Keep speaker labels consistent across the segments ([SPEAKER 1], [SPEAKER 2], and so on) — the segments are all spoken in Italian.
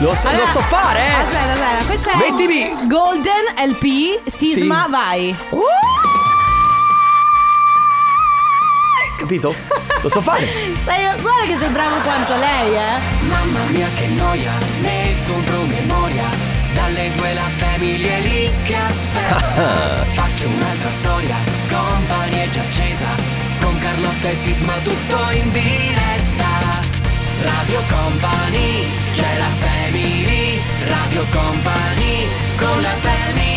[SPEAKER 1] Lo, so- lo so fare, eh.
[SPEAKER 2] Aspetta, aspetta, questa è
[SPEAKER 1] Mettimi-
[SPEAKER 2] Golden LP Sisma
[SPEAKER 1] Sì.
[SPEAKER 2] vai.
[SPEAKER 1] Capito? Lo so fare.
[SPEAKER 2] Sei, guarda che sei bravo quanto lei, eh.
[SPEAKER 3] Mamma mia che noia, metto un promemoria Dalle due la famiglia è lì che aspetta Faccio un'altra storia, company è già accesa Con Carlotta e Sisma tutto in diretta Radio Company, c'è la family Radio Company, con la family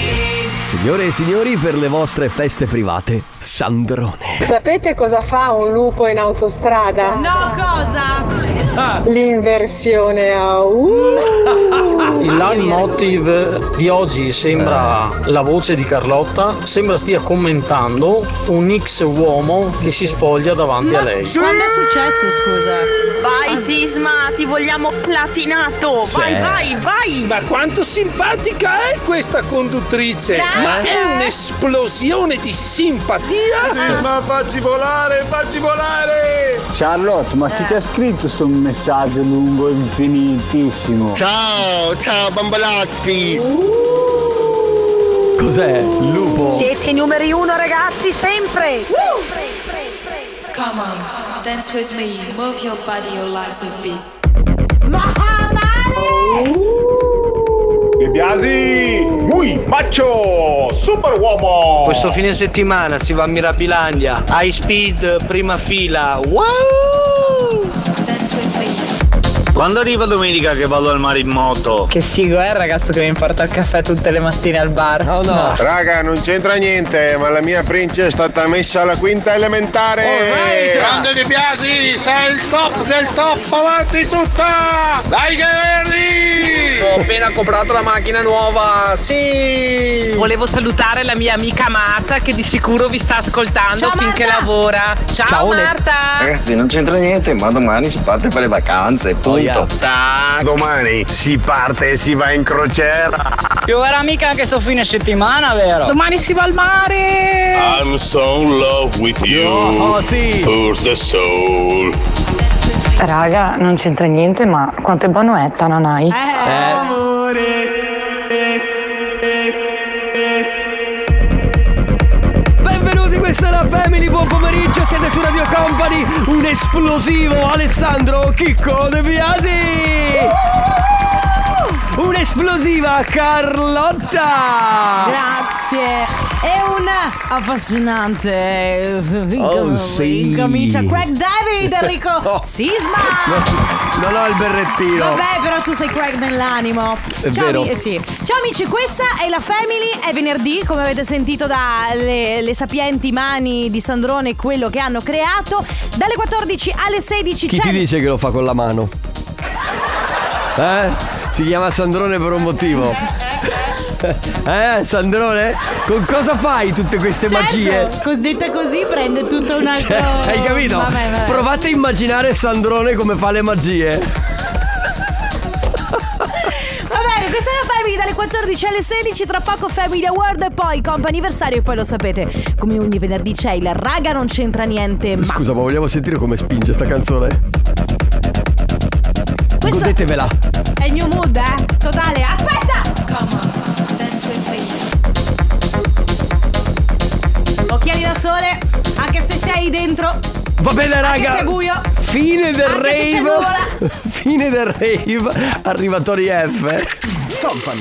[SPEAKER 1] Signore e signori, per le vostre feste private, Sandrone.
[SPEAKER 4] Sapete cosa fa un lupo in autostrada?
[SPEAKER 2] No, cosa?
[SPEAKER 4] L'inversione a U.
[SPEAKER 5] Il line motive di oggi sembra la voce di Carlotta, sembra stia commentando un ex uomo che si spoglia davanti a lei.
[SPEAKER 2] Quando è successo, scusa?
[SPEAKER 6] Vai Sisma, ti vogliamo platinato!
[SPEAKER 1] Sì.
[SPEAKER 6] Vai, vai, vai!
[SPEAKER 7] Ma quanto simpatica è questa conduttrice!
[SPEAKER 2] Grazie.
[SPEAKER 7] È un'esplosione di simpatia! Ma facci volare, facci volare!
[SPEAKER 8] Charlotte, ma chi ti ha scritto sto messaggio lungo infinitissimo?
[SPEAKER 9] Ciao, ciao bambalatti!
[SPEAKER 1] Cos'è? Lupo?
[SPEAKER 6] Siete i numeri uno ragazzi, sempre!
[SPEAKER 10] Come on, dance with me, move your body, your legs will be.
[SPEAKER 9] De Biasi! Ui, macho! Super uomo!
[SPEAKER 3] Questo fine settimana si va a Mirabilandia, high speed, prima fila, wow!
[SPEAKER 10] Dance with me.
[SPEAKER 9] Quando arriva domenica che vado al mare in moto?
[SPEAKER 4] Che figo è il ragazzo che mi porta il caffè tutte le mattine al bar.
[SPEAKER 1] Oh no.
[SPEAKER 9] Raga, non c'entra niente, ma la mia principe è stata messa alla quinta elementare!
[SPEAKER 1] Alright! Grande
[SPEAKER 9] De Biasi! Sei il top del top! Avanti tutta! Dai
[SPEAKER 7] Ho
[SPEAKER 9] Guerri!
[SPEAKER 7] appena comprato la macchina nuova! Sì!
[SPEAKER 3] Volevo salutare la mia amica Marta che di sicuro vi sta ascoltando
[SPEAKER 2] Ciao,
[SPEAKER 3] finché
[SPEAKER 2] Marta!
[SPEAKER 3] lavora. Ciao,
[SPEAKER 1] Ciao, Le-
[SPEAKER 3] Marta!
[SPEAKER 5] Ragazzi, non c'entra niente, ma domani si parte per le vacanze, punto.
[SPEAKER 1] yeah.
[SPEAKER 9] Domani si parte e si va in crociera!
[SPEAKER 3] Più vera mica anche sto fine settimana, vero? Domani si va al mare!
[SPEAKER 7] I'm so in love with
[SPEAKER 1] Oh, sì.
[SPEAKER 7] for the soul.
[SPEAKER 4] Raga, non c'entra niente, ma quanto è buono è Tananai?
[SPEAKER 1] Benvenuti, questa è la Family, buon pomeriggio, siete su Radio Company, un esplosivo Alessandro Chicco De Biasi! Un'esplosiva Carlotta!
[SPEAKER 2] Grazie. È un affascinante eh,
[SPEAKER 1] Oh, sì.
[SPEAKER 2] in camicia Craig David Enrico Sisma.
[SPEAKER 1] Non ho il berrettino!
[SPEAKER 2] Vabbè, però tu sei Craig nell'animo.
[SPEAKER 1] È
[SPEAKER 2] Ciao,
[SPEAKER 1] vero.
[SPEAKER 2] ami- eh, sì. Ciao amici, questa è la Family, è venerdì, come avete sentito dalle le sapienti mani di Sandrone, quello che hanno creato. Dalle 14 alle 16
[SPEAKER 1] Chi
[SPEAKER 2] c'è...
[SPEAKER 1] ti dice che lo fa con la mano? Eh? Si chiama Sandrone per un motivo. Eh, Sandrone? Con cosa fai tutte queste
[SPEAKER 2] Certo,
[SPEAKER 1] magie?
[SPEAKER 2] cos- detta così prende tutto un altro...
[SPEAKER 1] Cioè, hai capito?
[SPEAKER 2] Vabbè, vabbè.
[SPEAKER 1] Provate a immaginare Sandrone come fa le magie.
[SPEAKER 2] Va bene, questa è la Family dalle 14 alle 16, tra poco Family Award e poi comp anniversario e poi lo sapete, come ogni venerdì c'è il raga non c'entra niente, ma
[SPEAKER 1] Scusa, ma vogliamo sentire come spinge sta canzone?
[SPEAKER 2] questo
[SPEAKER 1] Godetevela.
[SPEAKER 2] è il new mood, eh? Totale, aspetta!
[SPEAKER 10] Come on, dance with me.
[SPEAKER 2] Occhiali da sole, anche se sei dentro,
[SPEAKER 1] Va bene, raga.
[SPEAKER 2] se è buio.
[SPEAKER 1] Fine del
[SPEAKER 2] Anche se c'è
[SPEAKER 1] rave. Fine del rave. Arrivatori F.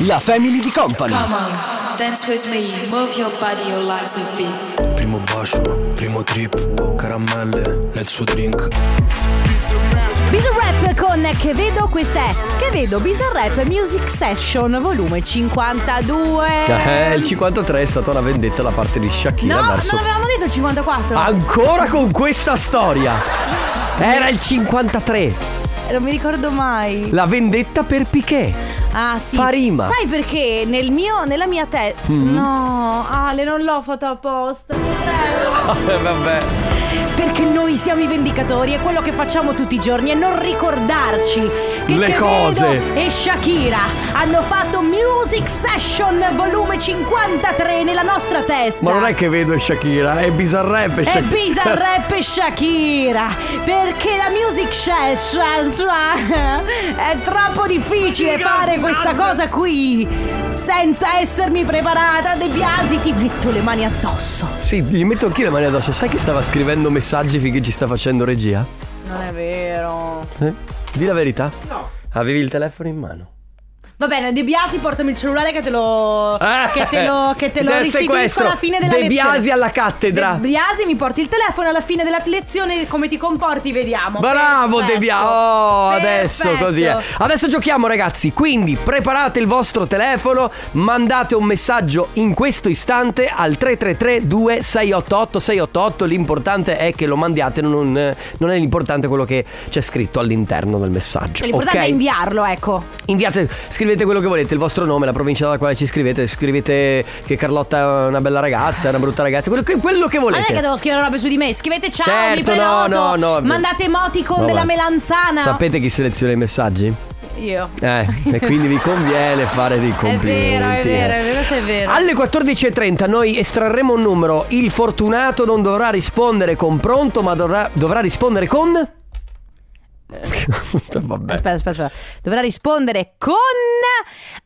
[SPEAKER 1] La family di company.
[SPEAKER 10] Come on, dance with me, move your body, your legs will be.
[SPEAKER 7] Primo bacio, primo trip, caramelle nel suo drink.
[SPEAKER 2] Bisa Rap con Che Vedo, questa è Che Vedo Bisa Rap Music Session volume 52.
[SPEAKER 1] Eh, il 53 è stata una vendetta da parte di Shakira
[SPEAKER 2] No,
[SPEAKER 1] verso.
[SPEAKER 2] non avevamo detto il 54.
[SPEAKER 1] Ancora con questa storia. Era il 53.
[SPEAKER 2] Non mi ricordo mai.
[SPEAKER 1] La vendetta per Piquet.
[SPEAKER 2] Ah sì.
[SPEAKER 1] Fa rima. Mm.
[SPEAKER 2] Sai perché nel mio, nella mia testa... No, Ale, non l'ho fatto apposta.
[SPEAKER 1] Vabbè.
[SPEAKER 2] Perché noi siamo i vendicatori, è quello che facciamo tutti i giorni e non ricordarci che
[SPEAKER 1] Le
[SPEAKER 2] Quevedo
[SPEAKER 1] cose.
[SPEAKER 2] e Shakira hanno fatto Music Session volume 53 nella nostra testa.
[SPEAKER 1] Ma non è che vedo Shakira, è Bizarrap e
[SPEAKER 2] E
[SPEAKER 1] Shakira.
[SPEAKER 2] Bizarrap e Shakira Perché la music session È troppo difficile fare questa cosa qui Senza essermi preparata De Biasi ti metto le mani addosso
[SPEAKER 1] Sì, gli metto anche le mani addosso. Sai che stava scrivendo messaggi finché ci sta facendo regia?
[SPEAKER 2] Non è vero
[SPEAKER 1] Eh? Di la verità. No. Avevi il telefono in mano.
[SPEAKER 2] Va bene De Biasi portami il cellulare che te lo
[SPEAKER 1] Eh,
[SPEAKER 2] Che te lo, che te lo
[SPEAKER 1] Del
[SPEAKER 2] restituisco
[SPEAKER 1] sequestro.
[SPEAKER 2] alla fine della
[SPEAKER 1] eh, De
[SPEAKER 2] lezione
[SPEAKER 1] Biasi alla cattedra.
[SPEAKER 2] De Biasi mi porti il telefono alla fine della lezione come ti comporti vediamo
[SPEAKER 1] Bravo
[SPEAKER 2] Perfetto.
[SPEAKER 1] De Biasi. Oh, adesso
[SPEAKER 2] Perfetto.
[SPEAKER 1] così è. Adesso giochiamo ragazzi, quindi preparate il vostro telefono, mandate un messaggio in questo istante al 333 2688 688, l'importante è che lo mandiate, non, non è l'importante quello che c'è scritto all'interno del messaggio.
[SPEAKER 2] Cioè, L'importante
[SPEAKER 1] ok?
[SPEAKER 2] è inviarlo ecco
[SPEAKER 1] Inviate, scrivete quello che volete, il vostro nome, la provincia dalla quale ci scrivete, scrivete che Carlotta è una bella ragazza, è una brutta ragazza, quello che, quello che
[SPEAKER 2] Ma non è che
[SPEAKER 1] volete.
[SPEAKER 2] devo scrivere robe su di me. Scrivete ciao,
[SPEAKER 1] Certo,
[SPEAKER 2] mi prenoto.
[SPEAKER 1] no, no, no.
[SPEAKER 2] Mandate emoticon
[SPEAKER 1] No,
[SPEAKER 2] della
[SPEAKER 1] guarda.
[SPEAKER 2] melanzana.
[SPEAKER 1] Sapete chi seleziona i messaggi?
[SPEAKER 2] Io.
[SPEAKER 1] Eh, e quindi vi conviene fare dei
[SPEAKER 2] È
[SPEAKER 1] complimenti.
[SPEAKER 2] vero, è vero, è
[SPEAKER 1] eh.
[SPEAKER 2] vero, questo è vero.
[SPEAKER 1] Alle 14.30 noi estrarremo un numero. Il fortunato non dovrà rispondere con pronto, ma dovrà, dovrà rispondere con.
[SPEAKER 2] Eh.
[SPEAKER 1] Vabbè.
[SPEAKER 2] Aspetta, aspetta, aspetta. Dovrà rispondere con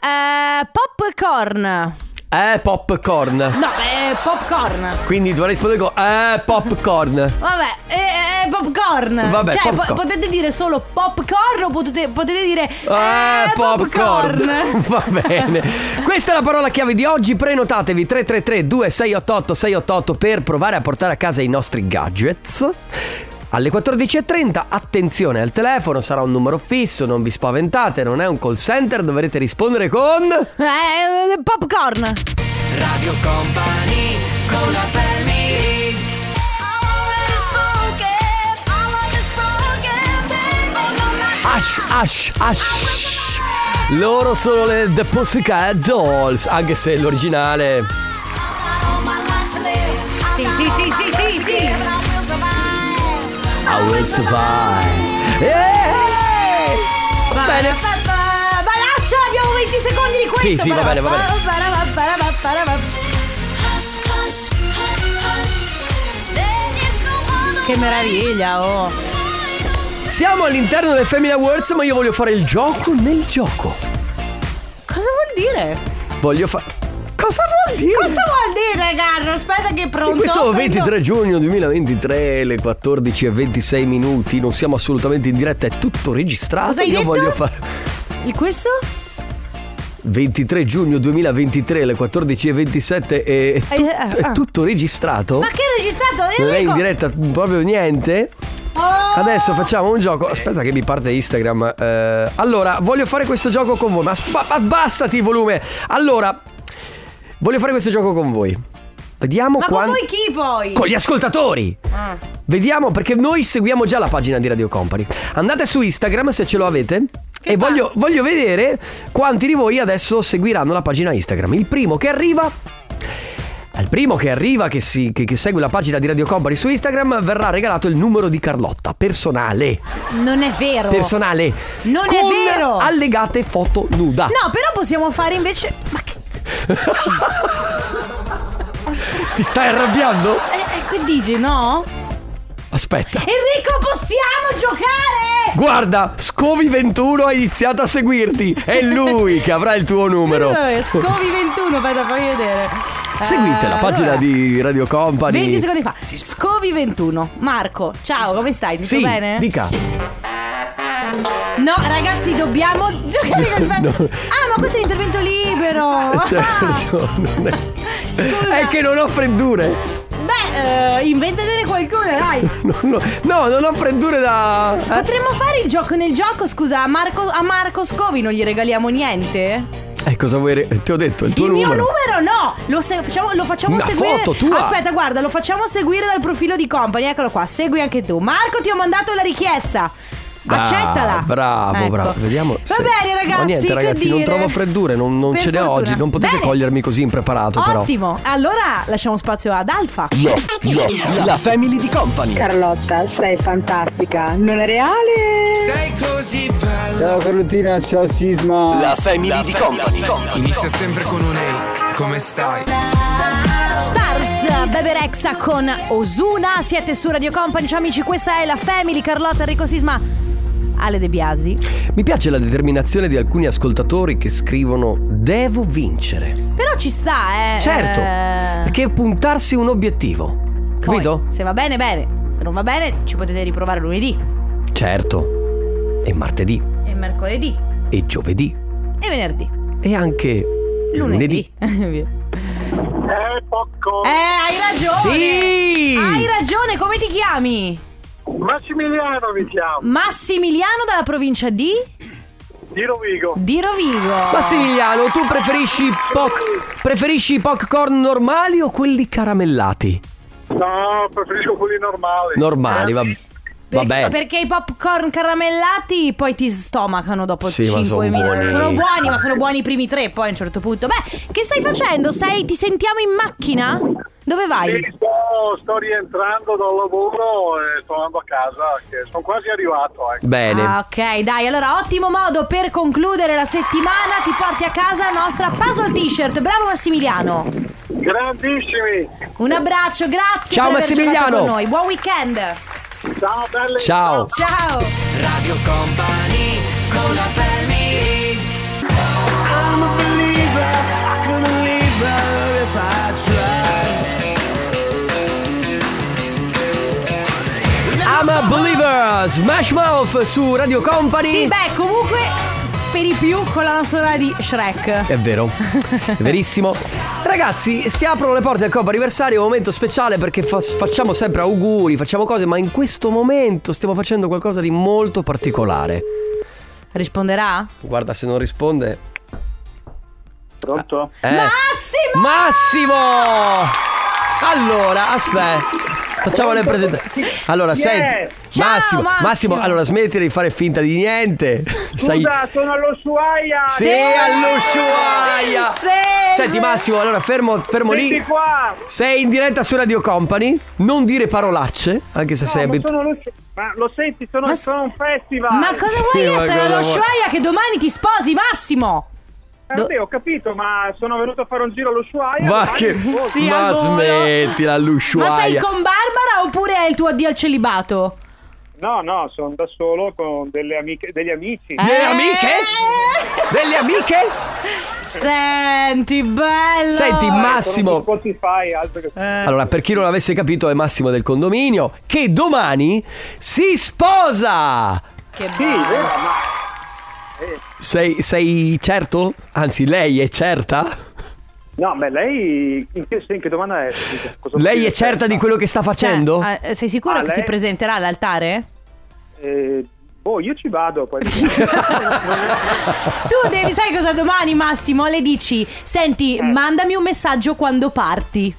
[SPEAKER 2] eh, popcorn. No,
[SPEAKER 1] Eh, popcorn.
[SPEAKER 2] eh, popcorn.
[SPEAKER 1] Quindi dovrà rispondere con. Eh, popcorn.
[SPEAKER 2] Vabbè, eh, eh, popcorn.
[SPEAKER 1] Vabbè,
[SPEAKER 2] cioè, po-
[SPEAKER 1] popcorn.
[SPEAKER 2] potete dire solo popcorn o potete, potete dire eh, popcorn.
[SPEAKER 1] Va bene. Questa è la parola chiave di oggi. Prenotatevi 333 2688 688 per provare a portare a casa i nostri gadgets. Alle 14.30, attenzione al telefono, sarà un numero fisso, non vi spaventate, non è un call center, dovrete rispondere con...
[SPEAKER 2] Eh, popcorn.
[SPEAKER 3] Radio Company con la family
[SPEAKER 1] Ash, ash, ash. Loro sono le The Pussycat Dolls, anche se l'originale...
[SPEAKER 2] Sì, sì, sì, sì, sì, sì.
[SPEAKER 1] I will survive. Eh! Va bene.
[SPEAKER 2] Balaccia, abbiamo 20 secondi di questo.
[SPEAKER 1] Sì, sì, va bene, va bene.
[SPEAKER 2] Che meraviglia, oh.
[SPEAKER 1] Siamo all'interno del Family Awards, ma io voglio fare il gioco nel gioco.
[SPEAKER 2] Cosa vuol dire?
[SPEAKER 1] Voglio fare. Cosa vuol dire?
[SPEAKER 2] Cosa vuol dire, Garro? Aspetta che è pronto.
[SPEAKER 1] In questo
[SPEAKER 2] prendo-
[SPEAKER 1] 23 giugno 2023, le 14 e 26 minuti, non siamo assolutamente in diretta, è tutto registrato.
[SPEAKER 2] Cosa hai
[SPEAKER 1] Io
[SPEAKER 2] detto?
[SPEAKER 1] voglio fare.
[SPEAKER 2] Il questo?
[SPEAKER 1] 23 giugno 2023, le 14 e 27, è, è
[SPEAKER 2] Eh,
[SPEAKER 1] tut-
[SPEAKER 2] eh,
[SPEAKER 1] è
[SPEAKER 2] ah.
[SPEAKER 1] tutto registrato.
[SPEAKER 2] Ma che è registrato?
[SPEAKER 1] non è in
[SPEAKER 2] Enrico?
[SPEAKER 1] diretta proprio niente.
[SPEAKER 2] Oh.
[SPEAKER 1] Adesso facciamo un gioco. Aspetta, che mi parte Instagram. Eh, allora, voglio fare questo gioco con voi. Ma sp- abbassati il volume. Allora, voglio fare questo gioco con voi. Vediamo
[SPEAKER 2] Ma con
[SPEAKER 1] quanti.
[SPEAKER 2] voi chi poi?
[SPEAKER 1] Con gli ascoltatori.
[SPEAKER 2] Ah.
[SPEAKER 1] Vediamo perché noi seguiamo già la pagina di Radio Company. Andate su Instagram se ce lo avete. e voglio, voglio vedere quanti di voi adesso seguiranno la pagina Instagram. Il primo che arriva. Al primo che arriva, che, si- che- che segue la pagina di Radio Company su Instagram, verrà regalato il numero di Carlotta, personale.
[SPEAKER 2] Non è vero.
[SPEAKER 1] Personale.
[SPEAKER 2] Oh. Non è
[SPEAKER 1] con
[SPEAKER 2] vero.
[SPEAKER 1] Allegate foto nuda.
[SPEAKER 2] No, però possiamo fare invece. Ma che.
[SPEAKER 1] Ti stai arrabbiando?
[SPEAKER 2] Eh, eh, che dici, no?
[SPEAKER 1] Aspetta.
[SPEAKER 2] Enrico, possiamo giocare!
[SPEAKER 1] Guarda, Scovi21 ha iniziato a seguirti. È lui che avrà il tuo numero.
[SPEAKER 2] Eh, Scovi 21, aspetta, fammi vedere.
[SPEAKER 1] Seguite la
[SPEAKER 2] Eh,
[SPEAKER 1] pagina
[SPEAKER 2] allora,
[SPEAKER 1] di Radio Company.
[SPEAKER 2] 20 secondi fa. Scovi 21. Marco, ciao, come stai? Tutto
[SPEAKER 1] Sì,
[SPEAKER 2] bene?
[SPEAKER 1] dica.
[SPEAKER 2] No, ragazzi, dobbiamo giocare con
[SPEAKER 1] No.
[SPEAKER 2] Ah, ma questo è l'intervento libero.
[SPEAKER 1] Certo, non
[SPEAKER 2] Ah. Scusa.
[SPEAKER 1] è... è che non ho freddure.
[SPEAKER 2] Beh, eh, inventatene qualcuno, dai.
[SPEAKER 1] Non ho- No, non ho freddure da... eh.
[SPEAKER 2] Potremmo fare il gioco nel gioco, scusa, a Marco, a Marco Scovi non gli regaliamo niente?
[SPEAKER 1] Eh, cosa vuoi... re- Ti ho detto, il tuo
[SPEAKER 2] il
[SPEAKER 1] numero.
[SPEAKER 2] mio numero no! Lo, se- facciamo, lo facciamo
[SPEAKER 1] Una
[SPEAKER 2] seguire.
[SPEAKER 1] foto tua.
[SPEAKER 2] Aspetta, guarda, lo facciamo seguire dal profilo di company, eccolo qua, segui anche tu. Marco, ti ho mandato la richiesta.
[SPEAKER 1] Bravo,
[SPEAKER 2] Accettala.
[SPEAKER 1] Ah, Bravo,
[SPEAKER 2] Ecco.
[SPEAKER 1] bravo. Vediamo.
[SPEAKER 2] Va
[SPEAKER 1] se-
[SPEAKER 2] bene,
[SPEAKER 1] Ma
[SPEAKER 2] ragazzi.
[SPEAKER 1] niente,
[SPEAKER 2] che
[SPEAKER 1] ragazzi, non
[SPEAKER 2] dire?
[SPEAKER 1] trovo freddure, non, non
[SPEAKER 2] Per
[SPEAKER 1] ce l'ho
[SPEAKER 2] fortuna.
[SPEAKER 1] oggi. Non potete
[SPEAKER 2] Bene.
[SPEAKER 1] cogliermi così impreparato, però.
[SPEAKER 2] Ottimo. Allora lasciamo spazio ad Alfa.
[SPEAKER 1] La family di company.
[SPEAKER 11] Carlotta, sei fantastica. Non è reale? Sei così bella.
[SPEAKER 8] Ciao Carlottina, ciao Sisma.
[SPEAKER 12] Inizia sempre con un Ehi, come stai?
[SPEAKER 2] Stars, Bebe Rexha con Osuna. Siete su Radio Company, ciao amici. Questa è la Family, Carlotta, Enrico Sisma, Ale De Biasi.
[SPEAKER 1] Mi piace la determinazione di alcuni ascoltatori che scrivono: Devo vincere.
[SPEAKER 2] Però ci sta, eh.
[SPEAKER 1] Certo,
[SPEAKER 2] Eh,
[SPEAKER 1] perché puntarsi un obiettivo.
[SPEAKER 2] poi,
[SPEAKER 1] Capito?
[SPEAKER 2] se va bene, bene. Se non va bene, ci potete riprovare lunedì
[SPEAKER 1] Certo. E martedì,
[SPEAKER 2] e mercoledì
[SPEAKER 1] e giovedì,
[SPEAKER 2] e venerdì.
[SPEAKER 1] e anche lunedì.
[SPEAKER 2] Eh,
[SPEAKER 13] Ecco,
[SPEAKER 2] poco. Eh, hai ragione.
[SPEAKER 1] Sì.
[SPEAKER 2] Hai ragione, come ti chiami?
[SPEAKER 13] Massimiliano mi chiamo,
[SPEAKER 2] Massimiliano dalla provincia di
[SPEAKER 13] di Rovigo.
[SPEAKER 2] Di Rovigo.
[SPEAKER 1] Massimiliano, tu preferisci, poc- preferisci i popcorn normali o quelli caramellati?
[SPEAKER 13] No, preferisco quelli normali.
[SPEAKER 1] Normali, va- vabbè.
[SPEAKER 2] Perché i popcorn caramellati poi ti stomacano dopo
[SPEAKER 1] Sì, ma
[SPEAKER 2] 5
[SPEAKER 1] sono buoni.
[SPEAKER 2] Sono buoni, ma sono buoni i primi tre poi a un certo punto. Beh, che stai facendo? Sei- ti sentiamo in macchina? Dove vai?
[SPEAKER 13] Sì, sto, sto rientrando dal lavoro e sto andando a casa, che sono quasi arrivato. Ecco.
[SPEAKER 2] Ah, ok, dai, allora ottimo modo per concludere la settimana. Ti porti a casa la nostra puzzle t-shirt. Bravo Massimiliano.
[SPEAKER 13] Grandissimi.
[SPEAKER 2] Un abbraccio, grazie.
[SPEAKER 13] Ciao,
[SPEAKER 2] per aver giocato
[SPEAKER 13] Massimiliano.
[SPEAKER 2] Con noi. Buon weekend.
[SPEAKER 13] Ciao belle.
[SPEAKER 1] Ciao.
[SPEAKER 2] Ciao.
[SPEAKER 3] Radio Company con la family. I'm a believer, I couldn't leave her if I
[SPEAKER 1] I'm a believer, Smash Mouth su Radio Company.
[SPEAKER 2] Sì, beh, comunque per i più con la sonora di Shrek.
[SPEAKER 1] È vero, è verissimo. Ragazzi, si aprono le porte del Coppa Anniversario, è un momento speciale perché fa- facciamo sempre auguri, facciamo cose, ma in questo momento stiamo facendo qualcosa di molto particolare.
[SPEAKER 2] Risponderà?
[SPEAKER 1] Guarda, se non risponde...
[SPEAKER 13] Pronto?
[SPEAKER 1] Eh.
[SPEAKER 2] Massimo!
[SPEAKER 1] Massimo! Allora, aspetta. Facciamo le presentazioni. Allora,
[SPEAKER 13] Yeah!
[SPEAKER 1] senti.
[SPEAKER 13] Ecco. Ciao,
[SPEAKER 1] Massimo,
[SPEAKER 13] Massimo.
[SPEAKER 1] Massimo, allora smettila di fare finta di niente. Sai-
[SPEAKER 13] Scusa, Ah, sono allo Suaia.
[SPEAKER 1] Sì, allo Shuaia. Senti Massimo, allora fermo, fermo
[SPEAKER 13] Senti
[SPEAKER 1] lì.
[SPEAKER 13] qua.
[SPEAKER 1] Sei in diretta su Radio Company, non dire parolacce, anche se sei
[SPEAKER 13] No, ma,
[SPEAKER 1] abituato.
[SPEAKER 13] sono allo- ma lo senti, sono, sono un festival.
[SPEAKER 2] Ma cosa
[SPEAKER 1] Sì,
[SPEAKER 2] vuoi
[SPEAKER 1] ma
[SPEAKER 2] essere
[SPEAKER 1] cosa
[SPEAKER 2] allo
[SPEAKER 1] vuoi?
[SPEAKER 2] Shuaia che domani ti sposi, Massimo?
[SPEAKER 13] Eh, vabbè, ho capito, ma sono venuto a fare un giro allo Oh, Shuaia.
[SPEAKER 1] Ma
[SPEAKER 13] domani
[SPEAKER 1] che
[SPEAKER 13] rispondo.
[SPEAKER 1] Ma smettila all'ushuaia.
[SPEAKER 2] Ma sei con Barbara oppure è il tuo addio al celibato?
[SPEAKER 13] No, no, sono da solo con delle amiche, degli amici.
[SPEAKER 2] Eh,
[SPEAKER 1] Delle amiche? Delle amiche?
[SPEAKER 2] Senti, bello.
[SPEAKER 1] Senti, Massimo.
[SPEAKER 13] Spotify, altro che...
[SPEAKER 1] Allora, per chi non l'avesse capito, è Massimo del condominio che domani si sposa.
[SPEAKER 2] Che
[SPEAKER 13] Sì, vero, Ah, ma... eh,
[SPEAKER 1] Sei, sei certo? Anzi, lei è certa?
[SPEAKER 13] No, beh, lei... In che, in che domanda è? Cosa
[SPEAKER 1] Lei
[SPEAKER 13] vuol
[SPEAKER 1] è certa di quello che sta facendo?
[SPEAKER 2] Cioè, eh, sei sicuro
[SPEAKER 13] Ah,
[SPEAKER 2] che
[SPEAKER 13] lei-
[SPEAKER 2] si presenterà all'altare?
[SPEAKER 13] dire? Eh, boh, io ci vado, poi... vediamo.
[SPEAKER 2] Tu devi, sai cosa domani, Massimo? Le dici:
[SPEAKER 13] Eh.
[SPEAKER 2] Senti, mandami un messaggio quando parti.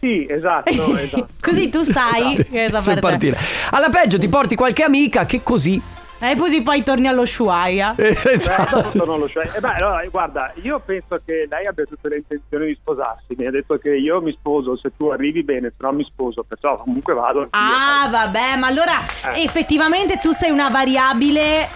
[SPEAKER 13] sì, esatto, esatto.
[SPEAKER 2] Così eh, tu sai che cosa
[SPEAKER 1] Se
[SPEAKER 2] fare.
[SPEAKER 1] partire. Alla peggio ti porti qualche amica che così.
[SPEAKER 2] E così poi torni allo Shuaia.
[SPEAKER 1] Eh,
[SPEAKER 13] Beh,
[SPEAKER 1] esatto.
[SPEAKER 13] dopo non lo so. Eh, beh, allora, guarda, io penso che lei abbia tutte le intenzioni di sposarsi. Mi ha detto che io mi sposo se tu arrivi bene, se no mi sposo. Perciò comunque vado. anch'io.
[SPEAKER 2] Ah, vabbè, ma allora
[SPEAKER 13] Eh.
[SPEAKER 2] effettivamente tu sei una variabile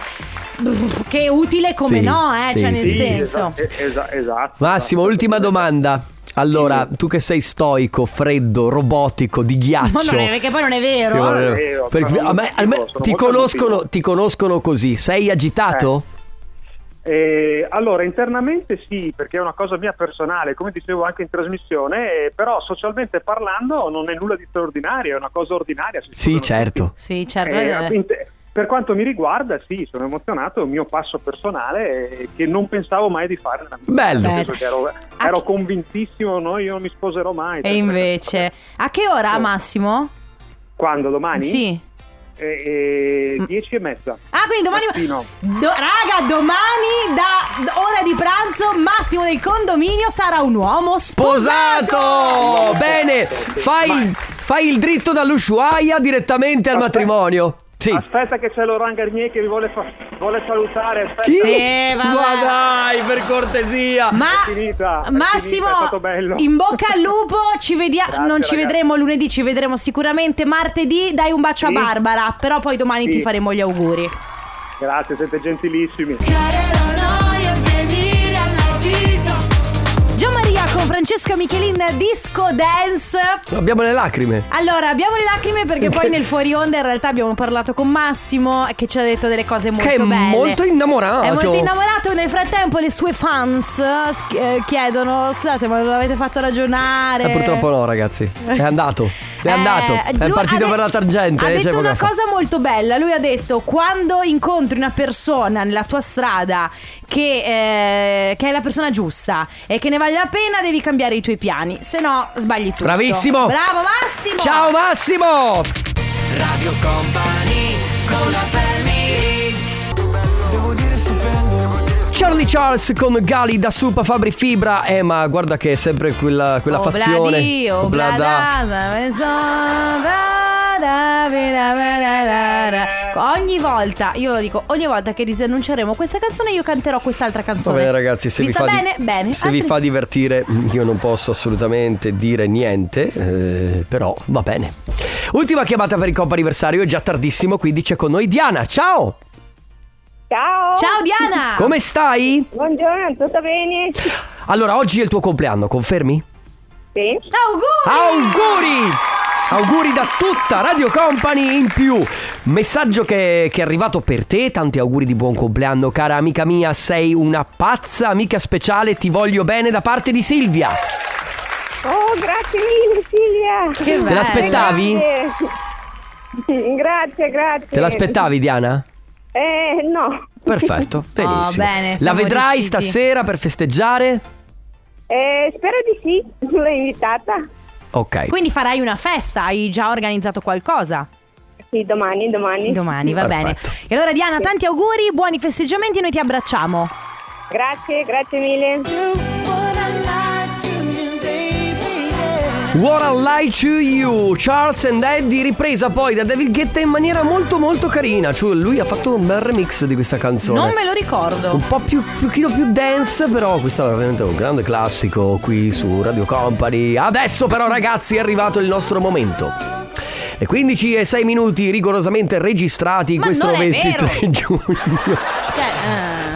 [SPEAKER 2] brr, che è utile come
[SPEAKER 1] Sì,
[SPEAKER 2] no, eh?
[SPEAKER 1] sì,
[SPEAKER 2] cioè, nel
[SPEAKER 1] sì, sì.
[SPEAKER 2] senso.
[SPEAKER 13] Esa- esa- esatto.
[SPEAKER 1] Massimo, ultima domanda. Allora, tu che sei stoico, freddo, robotico, di ghiaccio.
[SPEAKER 2] Ma non è, perché poi non è
[SPEAKER 1] Sì,
[SPEAKER 2] vero.
[SPEAKER 1] ma-
[SPEAKER 13] vero,
[SPEAKER 1] perché-
[SPEAKER 13] sono
[SPEAKER 1] a me- a me-
[SPEAKER 13] emotivo,
[SPEAKER 1] ti,
[SPEAKER 13] sono molto
[SPEAKER 1] conoscono,
[SPEAKER 13] emotivo.
[SPEAKER 1] ti conoscono così. Sei agitato?
[SPEAKER 13] Eh, allora, internamente sì, perché è una cosa mia personale, come dicevo anche in trasmissione, eh, però socialmente parlando non è nulla di straordinario, è una cosa ordinaria. si
[SPEAKER 1] Sì,
[SPEAKER 13] sposano
[SPEAKER 1] certo.
[SPEAKER 2] Sì,
[SPEAKER 13] Eh,
[SPEAKER 2] certo.
[SPEAKER 13] in te- per quanto mi riguarda, sì, sono emozionato, è un mio passo personale eh, che non pensavo mai di fare nella mia
[SPEAKER 1] Bello.
[SPEAKER 13] vita. Nel senso che Ero, ero convintissimo, no, io non mi sposerò mai.
[SPEAKER 2] Ah, e invece, a che ora, Massimo?
[SPEAKER 13] Quando? Eh. Domani?
[SPEAKER 2] Sì. Mm.
[SPEAKER 13] Eh, eh, dieci e mezza.
[SPEAKER 2] Ah, quindi domani.
[SPEAKER 13] Mattino.
[SPEAKER 2] Do- raga, domani da d- ora di pranzo, Massimo del condominio sarà un uomo sposato.
[SPEAKER 1] Posato! Bene, fai, il- fai il dritto dall'ushuaia direttamente al matrimonio.
[SPEAKER 13] Aspetta che c'è Laurent Garnier che vi vuole, fa- vuole salutare. Aspetta.
[SPEAKER 1] Chi? Sì, vabbè. Ma dai, per cortesia.
[SPEAKER 2] Ma-
[SPEAKER 13] È finita, è
[SPEAKER 2] Massimo,
[SPEAKER 13] finita, è stato bello.
[SPEAKER 2] in bocca al lupo, ci vediamo. non ci
[SPEAKER 13] ragazzi.
[SPEAKER 2] vedremo lunedì, ci vedremo sicuramente martedì. Dai un bacio
[SPEAKER 13] Sì.
[SPEAKER 2] a Barbara, però poi domani
[SPEAKER 13] Sì.
[SPEAKER 2] ti faremo gli auguri.
[SPEAKER 13] Grazie, siete gentilissimi.
[SPEAKER 2] Gian Maria con Francesca Michelin Disco Dance.
[SPEAKER 1] Abbiamo le lacrime.
[SPEAKER 2] Allora, abbiamo le lacrime perché poi nel fuori onda in realtà abbiamo parlato con Massimo che ci ha detto delle cose molto
[SPEAKER 1] Che è
[SPEAKER 2] belle.
[SPEAKER 1] molto innamorato.
[SPEAKER 2] È molto innamorato. Nel frattempo le sue fans eh, sch- eh, chiedono: scusate, ma non l'avete fatto ragionare?
[SPEAKER 1] Eh, purtroppo no, ragazzi. È andato. È
[SPEAKER 2] Eh,
[SPEAKER 1] andato. È
[SPEAKER 2] lui
[SPEAKER 1] partito
[SPEAKER 2] ha de-
[SPEAKER 1] per la tangente.
[SPEAKER 2] Ha
[SPEAKER 1] eh, c'è
[SPEAKER 2] detto
[SPEAKER 1] poco
[SPEAKER 2] una
[SPEAKER 1] da fare.
[SPEAKER 2] cosa molto bella. Lui ha detto: quando incontri una persona nella tua strada che, eh, che è la persona giusta e che ne vale la pena, devi cambiare i tuoi piani, se no sbagli tutto.
[SPEAKER 1] Bravissimo.
[SPEAKER 2] Bravo Massimo!
[SPEAKER 1] Ciao Massimo!
[SPEAKER 3] Radio Company con la family Devo dire stupendo
[SPEAKER 1] Charlie Charles con Gali da Supa Fabri Fibra. Eh, ma guarda che è sempre quella, quella
[SPEAKER 2] Oh,
[SPEAKER 1] fazione. Oh,
[SPEAKER 2] Obladio,
[SPEAKER 1] Oblada.
[SPEAKER 2] obladasa, me so- da- da- vi- da- da- da- da- da. Ogni volta, io lo dico, ogni volta che disannunceremo questa canzone, io canterò quest'altra
[SPEAKER 1] Va
[SPEAKER 2] canzone.
[SPEAKER 1] bene ragazzi, se,
[SPEAKER 2] Mi
[SPEAKER 1] vi
[SPEAKER 2] sta
[SPEAKER 1] fa,
[SPEAKER 2] bene,
[SPEAKER 1] di-
[SPEAKER 2] bene. ah.
[SPEAKER 1] se vi
[SPEAKER 2] altri-
[SPEAKER 1] fa divertire io non posso assolutamente dire niente, eh, però va bene. Ultima chiamata per il compa anniversario, è già tardissimo, quindi c'è con noi Diana, ciao!
[SPEAKER 14] Ciao!
[SPEAKER 2] Ciao Diana!
[SPEAKER 1] Come stai?
[SPEAKER 14] Ah. Buongiorno, tutto bene?
[SPEAKER 1] Allora, oggi è il tuo compleanno, confermi?
[SPEAKER 14] Sì.
[SPEAKER 1] Ah, Auguri! Auguri da tutta Radio Company in più. Messaggio che, che è arrivato per te, tanti auguri di buon compleanno cara amica mia, sei una pazza amica speciale, ti voglio bene da parte di Silvia.
[SPEAKER 14] Oh, grazie mille Silvia!
[SPEAKER 1] Che Te bello. l'aspettavi?
[SPEAKER 14] Grazie. Grazie, grazie.
[SPEAKER 1] Te l'aspettavi Diana?
[SPEAKER 14] Eh, no.
[SPEAKER 1] Perfetto, benissimo.
[SPEAKER 14] bene,
[SPEAKER 1] La
[SPEAKER 14] siamo
[SPEAKER 1] vedrai
[SPEAKER 14] riusciti.
[SPEAKER 1] stasera per festeggiare?
[SPEAKER 14] Eh, spero di sì, l'ho invitata.
[SPEAKER 1] Ok.
[SPEAKER 2] Quindi farai una festa, hai già organizzato qualcosa?
[SPEAKER 14] Sì, domani, domani.
[SPEAKER 2] Domani, va
[SPEAKER 1] Perfetto.
[SPEAKER 2] bene. E allora Diana, tanti auguri, buoni festeggiamenti, noi ti abbracciamo.
[SPEAKER 14] Grazie, grazie mille.
[SPEAKER 1] What a lie to you, Charles and Eddie, ripresa poi da David Guetta in maniera molto molto carina. Cioè, lui ha fatto un bel remix di questa canzone.
[SPEAKER 2] Non me lo ricordo.
[SPEAKER 1] Un po' più, più, chilo più dance, però questo è veramente un grande classico qui su Radio Company. Adesso però ragazzi è arrivato il nostro momento. E 15 e 6 minuti rigorosamente registrati in
[SPEAKER 2] Ma
[SPEAKER 1] questo
[SPEAKER 2] non è
[SPEAKER 1] 23
[SPEAKER 2] vero.
[SPEAKER 1] giugno.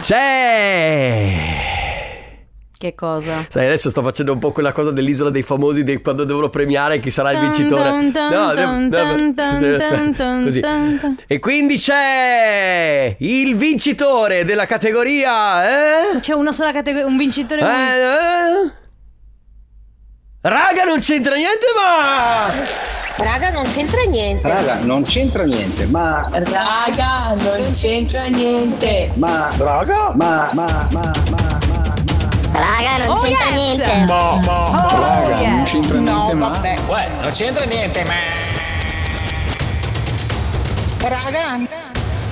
[SPEAKER 2] Cioè, eh,
[SPEAKER 1] C'è!
[SPEAKER 2] che cosa?
[SPEAKER 1] Sai, adesso sto facendo un po' quella cosa dell'isola dei famosi di quando devono premiare chi sarà il vincitore.
[SPEAKER 2] Dun, dun,
[SPEAKER 1] No,
[SPEAKER 2] dun,
[SPEAKER 1] devo-
[SPEAKER 2] dun,
[SPEAKER 1] devo-
[SPEAKER 2] dun, dun,
[SPEAKER 1] così.
[SPEAKER 2] dun, dun.
[SPEAKER 1] E quindi c'è il vincitore della categoria, eh?
[SPEAKER 2] C'è una sola categoria, un vincitore.
[SPEAKER 1] Eh,
[SPEAKER 2] un-
[SPEAKER 1] eh? Raga, non c'entra niente, ma.
[SPEAKER 15] Raga, non c'entra niente.
[SPEAKER 16] Raga, non c'entra niente, ma.
[SPEAKER 15] Raga, non c'entra niente.
[SPEAKER 16] Ma. Raga? Ma, ma, ma, ma.
[SPEAKER 15] Raga,
[SPEAKER 2] non c'entra niente.
[SPEAKER 16] Ma, ma.
[SPEAKER 2] Oh,
[SPEAKER 16] Raga,
[SPEAKER 2] yes.
[SPEAKER 16] non c'entra niente, ma.
[SPEAKER 3] Uè, non c'entra niente ma
[SPEAKER 15] Raga,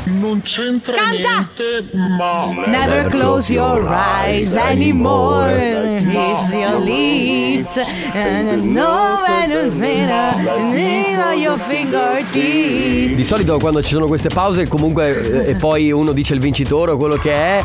[SPEAKER 16] Non c'entra niente, ma.
[SPEAKER 2] Never close your eyes anymore. Kiss your lips. And no, and never your fingertips.
[SPEAKER 1] Di solito quando ci sono queste pause, comunque, eh, e poi uno dice il vincitore o quello che è,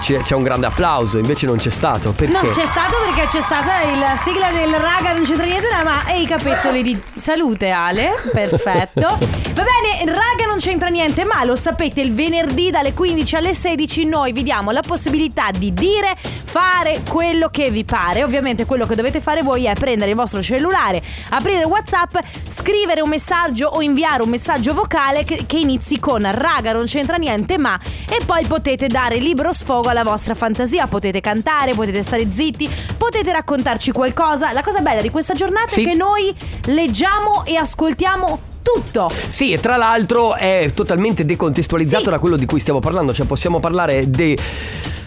[SPEAKER 1] c'è, c'è un grande applauso. Invece non c'è stato. Perché?
[SPEAKER 2] No, c'è stato perché c'è stata il- la sigla del raga, non c'entra niente, no, ma e i capezzoli di salute Ale, perfetto. Va bene, raga non c'entra niente, ma lo sapete, il venerdì dalle 15 alle 16 noi vi diamo la possibilità di dire, fare quello che vi pare. Ovviamente quello che dovete fare voi è prendere il vostro cellulare, aprire WhatsApp, scrivere un messaggio o inviare un messaggio vocale che, che inizi con raga non c'entra niente, ma e poi potete dare libero sfogo alla vostra fantasia, potete cantare, potete stare zitti, potete raccontarci qualcosa. La cosa bella di questa giornata
[SPEAKER 1] Sì.
[SPEAKER 2] è che noi leggiamo e ascoltiamo tutto.
[SPEAKER 1] Sì, e tra l'altro è totalmente decontestualizzato da quello di cui stiamo parlando, cioè possiamo parlare de-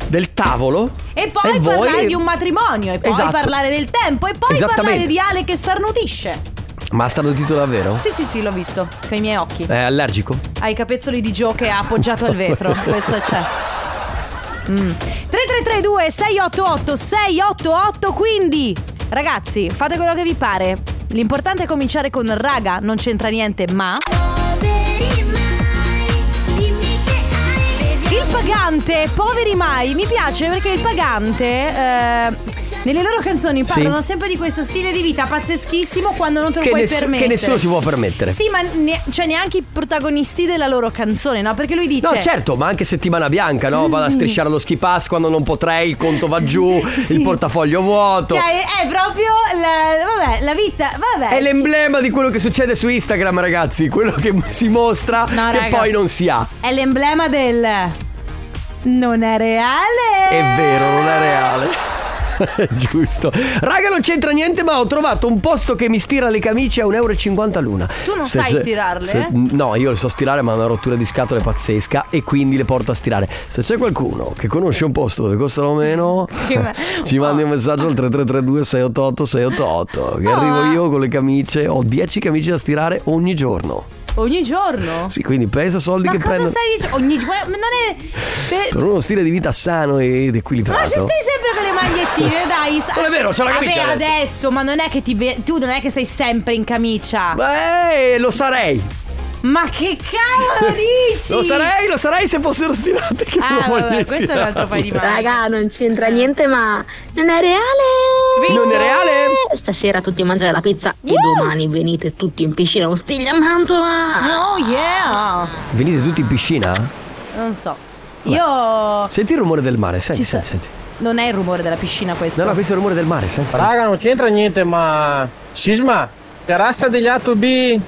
[SPEAKER 1] del tavolo.
[SPEAKER 2] E poi
[SPEAKER 1] voi-
[SPEAKER 2] parlare di un matrimonio, e poi
[SPEAKER 1] Esatto.
[SPEAKER 2] parlare del tempo, e poi parlare
[SPEAKER 1] Esattamente.
[SPEAKER 2] di Ale che starnutisce.
[SPEAKER 1] Ma ha starnutito davvero?
[SPEAKER 2] Sì, sì, sì, l'ho visto, con i miei occhi.
[SPEAKER 1] È allergico?
[SPEAKER 2] Ai capezzoli di Joe che ha appoggiato al vetro. Questo c'è. Mm. 3332 688 688 quindi ragazzi fate quello che vi pare l'importante è cominciare con raga non c'entra niente ma scrivete poveri mai, mi piace perché il pagante eh, nelle loro canzoni parlano
[SPEAKER 1] Sì.
[SPEAKER 2] sempre di questo stile di vita pazzeschissimo quando non te lo
[SPEAKER 1] Che,
[SPEAKER 2] puoi
[SPEAKER 1] ness- che
[SPEAKER 2] permettere.
[SPEAKER 1] nessuno si può permettere.
[SPEAKER 2] Sì, ma ne- cioè neanche i protagonisti della loro canzone, no? Perché lui dice
[SPEAKER 1] No, certo, ma anche settimana bianca, no?
[SPEAKER 2] Mm.
[SPEAKER 1] Vado a strisciare lo ski pass quando non potrei, il conto va giù, il portafoglio vuoto.
[SPEAKER 2] Cioè, è proprio la, vabbè, la vita, vabbè.
[SPEAKER 1] È l'emblema di quello che succede su Instagram, ragazzi. Quello che si mostra
[SPEAKER 2] No,
[SPEAKER 1] che
[SPEAKER 2] raga.
[SPEAKER 1] poi non si ha.
[SPEAKER 2] È l'emblema del non è reale.
[SPEAKER 1] È vero, non è reale. Giusto. Raga, non c'entra niente, ma ho trovato un posto che mi stira le camicie a 1,50 euro l'una.
[SPEAKER 2] Tu non sai stirarle? eh?
[SPEAKER 1] no, io le so stirare, ma è una rottura di scatole pazzesca e quindi le porto a stirare. Se c'è qualcuno che conosce un posto dove costano meno, ci mandi un messaggio al 3332 688 688. Che
[SPEAKER 2] Oh,
[SPEAKER 1] arrivo
[SPEAKER 2] ma-
[SPEAKER 1] io con le camicie, ho 10 camicie da stirare ogni giorno.
[SPEAKER 2] Ogni giorno?
[SPEAKER 1] Sì, quindi pensa soldi
[SPEAKER 2] Ma
[SPEAKER 1] che
[SPEAKER 2] cosa
[SPEAKER 1] prendo.
[SPEAKER 2] stai dicendo? Ogni ma non è per-
[SPEAKER 1] Per uno stile di vita sano ed equilibrato.
[SPEAKER 2] Ma se stai sempre con le magliettine, dai. sa-
[SPEAKER 1] Non è vero, c'ho la
[SPEAKER 2] Vabbè,
[SPEAKER 1] camicia
[SPEAKER 2] adesso.
[SPEAKER 1] adesso.
[SPEAKER 2] ma non è che ti ve- tu non è che stai sempre in camicia.
[SPEAKER 1] Beh, lo sarei.
[SPEAKER 2] Ma che cavolo dici?
[SPEAKER 1] Lo sarei, lo sarei se fossero stirate che
[SPEAKER 2] Ah,
[SPEAKER 1] non voglio
[SPEAKER 2] vabbè, questo è un altro paio di
[SPEAKER 1] stirarle.
[SPEAKER 2] maniche.
[SPEAKER 17] Raga, non c'entra niente, ma non è reale.
[SPEAKER 1] Visto? Non è reale?
[SPEAKER 17] Stasera tutti a mangiare la pizza e domani venite tutti in piscina con Stiglia a Mantova.
[SPEAKER 2] No, Oh, yeah.
[SPEAKER 1] Venite tutti in piscina?
[SPEAKER 2] Non so. Io
[SPEAKER 1] Senti il rumore del mare, senti, senti, senti.
[SPEAKER 2] non è il rumore della piscina questo.
[SPEAKER 1] No, no, questo è il rumore del mare, senti.
[SPEAKER 7] Raga, non c'entra niente, ma. Sisma, terrazza degli A2B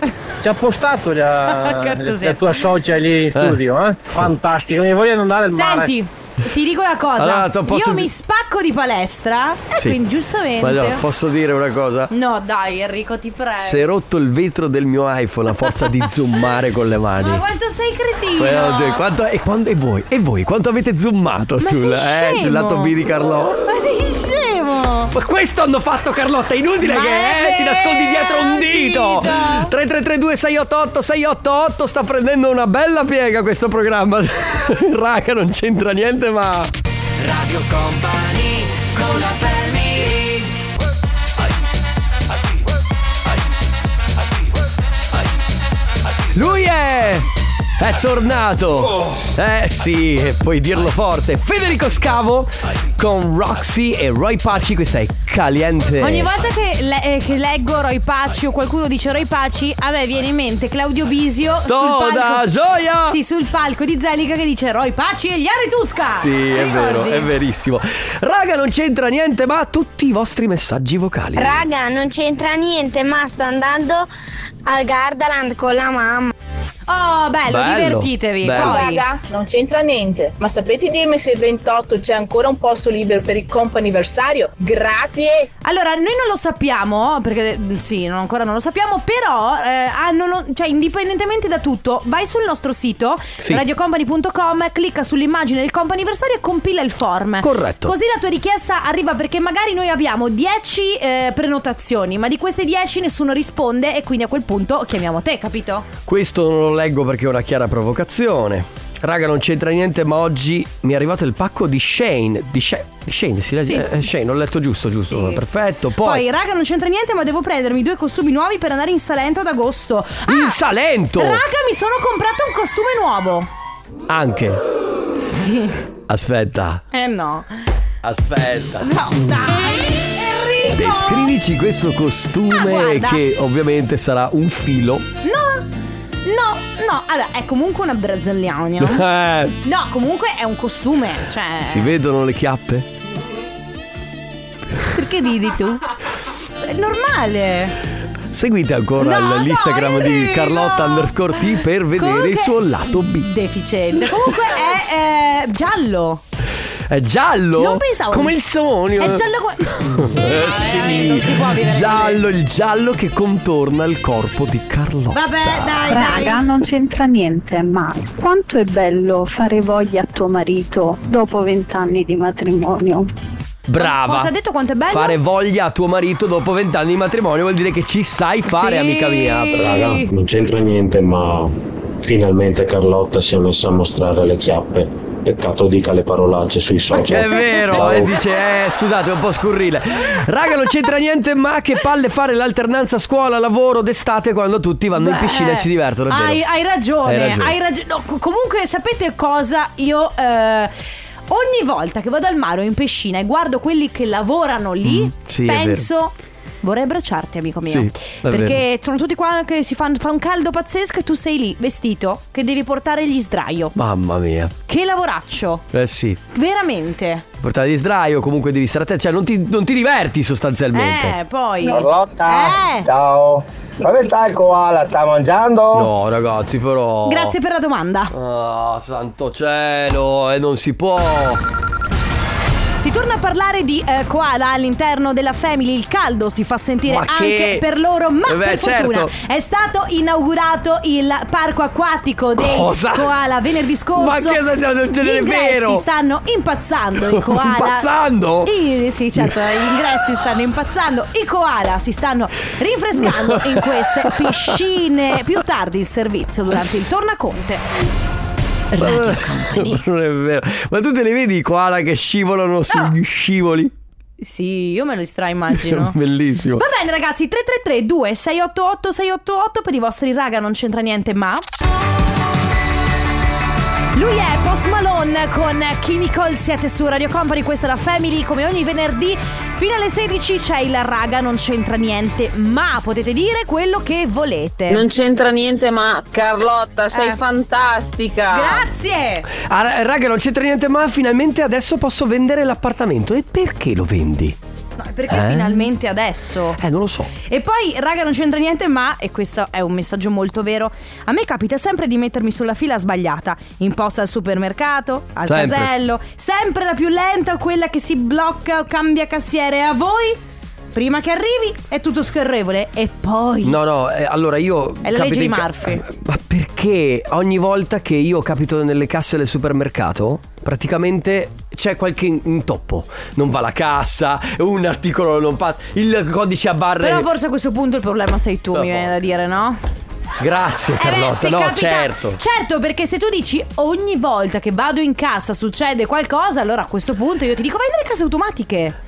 [SPEAKER 7] ci ha postato la,
[SPEAKER 2] Cortesia.
[SPEAKER 7] la tua socia lì in studio, eh? Fantastico, mi vogliono andare al mare.
[SPEAKER 2] Senti, ti dico una cosa.
[SPEAKER 1] Allora, to- posso
[SPEAKER 2] Io
[SPEAKER 1] di-
[SPEAKER 2] mi spacco di palestra e
[SPEAKER 1] Sì.
[SPEAKER 2] quindi giustamente.
[SPEAKER 1] Ma no, posso dire una cosa?
[SPEAKER 2] No, dai, Enrico, ti prego.
[SPEAKER 1] Si è rotto il vetro del mio iPhone a forza di zoomare con le
[SPEAKER 2] Ma
[SPEAKER 1] mani.
[SPEAKER 2] quanto sei cretino!
[SPEAKER 1] Quello di- quanto- e, quando- e voi? E voi? Quanto avete zoomato
[SPEAKER 2] Ma
[SPEAKER 1] sul,
[SPEAKER 2] sei
[SPEAKER 1] eh, sul lato
[SPEAKER 2] scemo.
[SPEAKER 1] B di Carlotta?
[SPEAKER 2] Ma sei scemo!
[SPEAKER 1] Ma questo hanno fatto Carlotta, è inutile
[SPEAKER 2] Ma
[SPEAKER 1] che
[SPEAKER 2] è
[SPEAKER 1] eh, ti nascondi dietro un dito.
[SPEAKER 2] dito.
[SPEAKER 1] 3332 688 688 sta prendendo una bella piega questo programma. Raga, non c'entra niente, ma
[SPEAKER 3] Radio Company con la family
[SPEAKER 1] lui è è tornato. Eh sì, e puoi dirlo forte. Federico Scavo con Roxy e Roy Paci, questa è Caliente.
[SPEAKER 2] Ogni volta che, le- eh, che leggo Roy Paci o qualcuno dice Roy Paci, a me viene in mente Claudio Bisio sul
[SPEAKER 1] Toda,
[SPEAKER 2] palco.
[SPEAKER 1] gioia!
[SPEAKER 2] Sì, sul palco di Zelica che dice Roy Paci e gli Ari Tusca!
[SPEAKER 1] Sì,
[SPEAKER 2] Ti
[SPEAKER 1] è vero,
[SPEAKER 2] ricordi?
[SPEAKER 1] è verissimo. Raga, non c'entra niente, ma tutti i vostri messaggi vocali.
[SPEAKER 18] Raga, non c'entra niente, ma sto andando al Gardaland con la mamma.
[SPEAKER 2] Oh, bello,
[SPEAKER 1] Bello, divertitevi. bello. Poi.
[SPEAKER 11] Raga, non c'entra niente. Ma sapete dirmi se il 28 c'è ancora un posto libero per il comp anniversario? Grazie.
[SPEAKER 2] Allora, noi non lo sappiamo, perché mm, sì, non- ancora non lo sappiamo, però eh, hanno, no- cioè, indipendentemente da tutto, vai sul nostro sito,
[SPEAKER 19] Sì.
[SPEAKER 2] radiocompany.com, clicca sull'immagine del comp anniversario e compila il form.
[SPEAKER 19] Corretto.
[SPEAKER 2] Così la tua richiesta arriva perché magari noi abbiamo 10 eh, prenotazioni, ma di queste 10 nessuno risponde e quindi a quel punto chiamiamo te, capito?
[SPEAKER 1] Questo non lo leggo perché è una chiara provocazione. Raga, non c'entra niente, ma oggi mi è arrivato il pacco di Shane. Di Shane, di Shane si legge?
[SPEAKER 2] Sì,
[SPEAKER 1] eh,
[SPEAKER 2] sì.
[SPEAKER 1] Shane, ho letto giusto, giusto.
[SPEAKER 2] Sì.
[SPEAKER 1] Perfetto.
[SPEAKER 2] Poi,
[SPEAKER 1] Poi,
[SPEAKER 2] raga, non c'entra niente, ma devo prendermi due costumi nuovi per andare in Salento ad agosto. Ah,
[SPEAKER 1] il Salento!
[SPEAKER 2] raga, mi sono comprato un costume nuovo.
[SPEAKER 1] Anche.
[SPEAKER 2] Sì.
[SPEAKER 1] Aspetta,
[SPEAKER 2] Eh no.
[SPEAKER 1] aspetta.
[SPEAKER 2] No, dai. Enrico.
[SPEAKER 1] Descrivici questo
[SPEAKER 2] Ah,
[SPEAKER 1] costume
[SPEAKER 2] guarda.
[SPEAKER 1] che ovviamente sarà un filo.
[SPEAKER 2] No. No, no. Allora, è comunque una brasiliana.
[SPEAKER 1] Eh,
[SPEAKER 2] No, comunque è un costume, cioè
[SPEAKER 1] si vedono le chiappe?
[SPEAKER 2] perché ridi tu? È normale.
[SPEAKER 1] Seguite ancora
[SPEAKER 2] No,
[SPEAKER 1] l- l'Instagram di Carlotta underscore T per vedere il suo lato B.
[SPEAKER 2] Deficiente. Comunque è eh, giallo.
[SPEAKER 1] È giallo?
[SPEAKER 2] Non pensavo.
[SPEAKER 1] Come il sonio.
[SPEAKER 2] È giallo come
[SPEAKER 1] Eh sì.
[SPEAKER 2] non si può vivere
[SPEAKER 1] Giallo, il giallo che contorna il corpo di Carlotta.
[SPEAKER 2] Vabbè, dai,
[SPEAKER 19] Raga, non c'entra niente, ma quanto è bello fare voglia a tuo marito dopo vent'anni di matrimonio.
[SPEAKER 1] Brava.
[SPEAKER 2] Cosa ha detto? Quanto è bello?
[SPEAKER 1] Fare voglia a tuo marito dopo vent'anni di matrimonio vuol dire che ci sai fare,
[SPEAKER 2] Sì.
[SPEAKER 1] amica mia.
[SPEAKER 2] Raga,
[SPEAKER 20] Non c'entra niente, ma Finalmente Carlotta si è messa a mostrare le chiappe. Peccato dica le parolacce sui social.
[SPEAKER 1] È vero,
[SPEAKER 20] Ciao.
[SPEAKER 1] e dice, eh, scusate, è un po' scurrile. Raga, non c'entra niente, ma che palle fare l'alternanza scuola-lavoro d'estate quando tutti vanno in piscina e si divertono. è vero.
[SPEAKER 2] Hai, hai ragione, hai ragione. no, co- comunque, sapete cosa io. eh, ogni volta che vado al mare o in piscina e guardo quelli che lavorano lì,
[SPEAKER 1] Mm, sì, è
[SPEAKER 2] penso. Vorrei abbracciarti, amico mio.
[SPEAKER 1] Sì, è
[SPEAKER 2] perché
[SPEAKER 1] vero.
[SPEAKER 2] sono tutti qua che si fanno, fa un caldo pazzesco e tu sei lì, vestito, che devi portare gli sdraio.
[SPEAKER 1] Mamma mia.
[SPEAKER 2] Che lavoraccio!
[SPEAKER 1] Eh sì,
[SPEAKER 2] Veramente.
[SPEAKER 1] portare di sdraio, comunque devi stare attento, cioè non ti, non ti diverti sostanzialmente.
[SPEAKER 2] Eh, poi. Eh,
[SPEAKER 21] Carlotta, ciao. Dove sta il koala? Sta mangiando?
[SPEAKER 22] Oh.
[SPEAKER 1] No, ragazzi, però.
[SPEAKER 2] Grazie per la domanda.
[SPEAKER 1] Ah, santo cielo, e non si può.
[SPEAKER 2] Si torna a parlare di eh, koala all'interno della family, il caldo si fa sentire
[SPEAKER 1] Ma che-
[SPEAKER 2] anche per loro, ma
[SPEAKER 1] Eh beh,
[SPEAKER 2] per fortuna
[SPEAKER 1] certo.
[SPEAKER 2] è stato inaugurato il parco acquatico dei
[SPEAKER 1] Cosa?
[SPEAKER 2] koala venerdì scorso.
[SPEAKER 1] Ma che sensazione,
[SPEAKER 2] Gli
[SPEAKER 1] non è vero.
[SPEAKER 2] ingressi stanno impazzando i koala.
[SPEAKER 1] Impazzando?
[SPEAKER 2] I- sì, certo, gli ingressi stanno impazzando, i koala si stanno rinfrescando in queste piscine. Più tardi il servizio durante il tornaconte.
[SPEAKER 1] non è vero. Ma tu te le vedi i koala che scivolano sugli scivoli?
[SPEAKER 2] Sì, io me lo stra immagino.
[SPEAKER 1] Bellissimo.
[SPEAKER 2] Va bene ragazzi, 333 2688 688 per i vostri raga non c'entra niente ma... Lui è Post Malone con Chemical, siete su Radio Company, questa è la Family, come ogni venerdì fino alle 16 c'è il raga non c'entra niente ma potete dire quello che volete.
[SPEAKER 23] Non c'entra niente, ma Carlotta, sei
[SPEAKER 2] Eh.
[SPEAKER 23] fantastica.
[SPEAKER 2] Grazie!
[SPEAKER 1] Ah, raga, non c'entra niente, ma finalmente adesso posso vendere l'appartamento. E perché lo vendi?
[SPEAKER 2] No, perché
[SPEAKER 1] Eh?
[SPEAKER 2] finalmente adesso?
[SPEAKER 1] Eh, non lo so.
[SPEAKER 2] E poi, raga, non c'entra niente, ma, e questo è un messaggio molto vero, a me capita sempre di mettermi sulla fila sbagliata, in posta al supermercato, al
[SPEAKER 1] Sempre.
[SPEAKER 2] casello, sempre la più lenta, quella che si blocca o cambia cassiere. E A voi, prima che arrivi, è tutto scorrevole. E poi...
[SPEAKER 1] No, no, eh, allora io.
[SPEAKER 2] È la legge
[SPEAKER 1] capito
[SPEAKER 2] di
[SPEAKER 1] in ca-
[SPEAKER 2] Murphy.
[SPEAKER 1] Ma perché ogni volta che io capito nelle casse del supermercato, praticamente c'è qualche in- intoppo. Non va la cassa, un articolo non passa, il codice a barre.
[SPEAKER 2] Però forse a questo punto il problema sei tu, mi viene da dire, no?
[SPEAKER 1] Grazie,
[SPEAKER 2] Eh beh,
[SPEAKER 1] Carlotta.
[SPEAKER 2] se
[SPEAKER 1] no,
[SPEAKER 2] capita-
[SPEAKER 1] certo.
[SPEAKER 2] Certo, perché se tu dici ogni volta che vado in cassa succede qualcosa, allora a questo punto io ti dico vai nelle casse automatiche.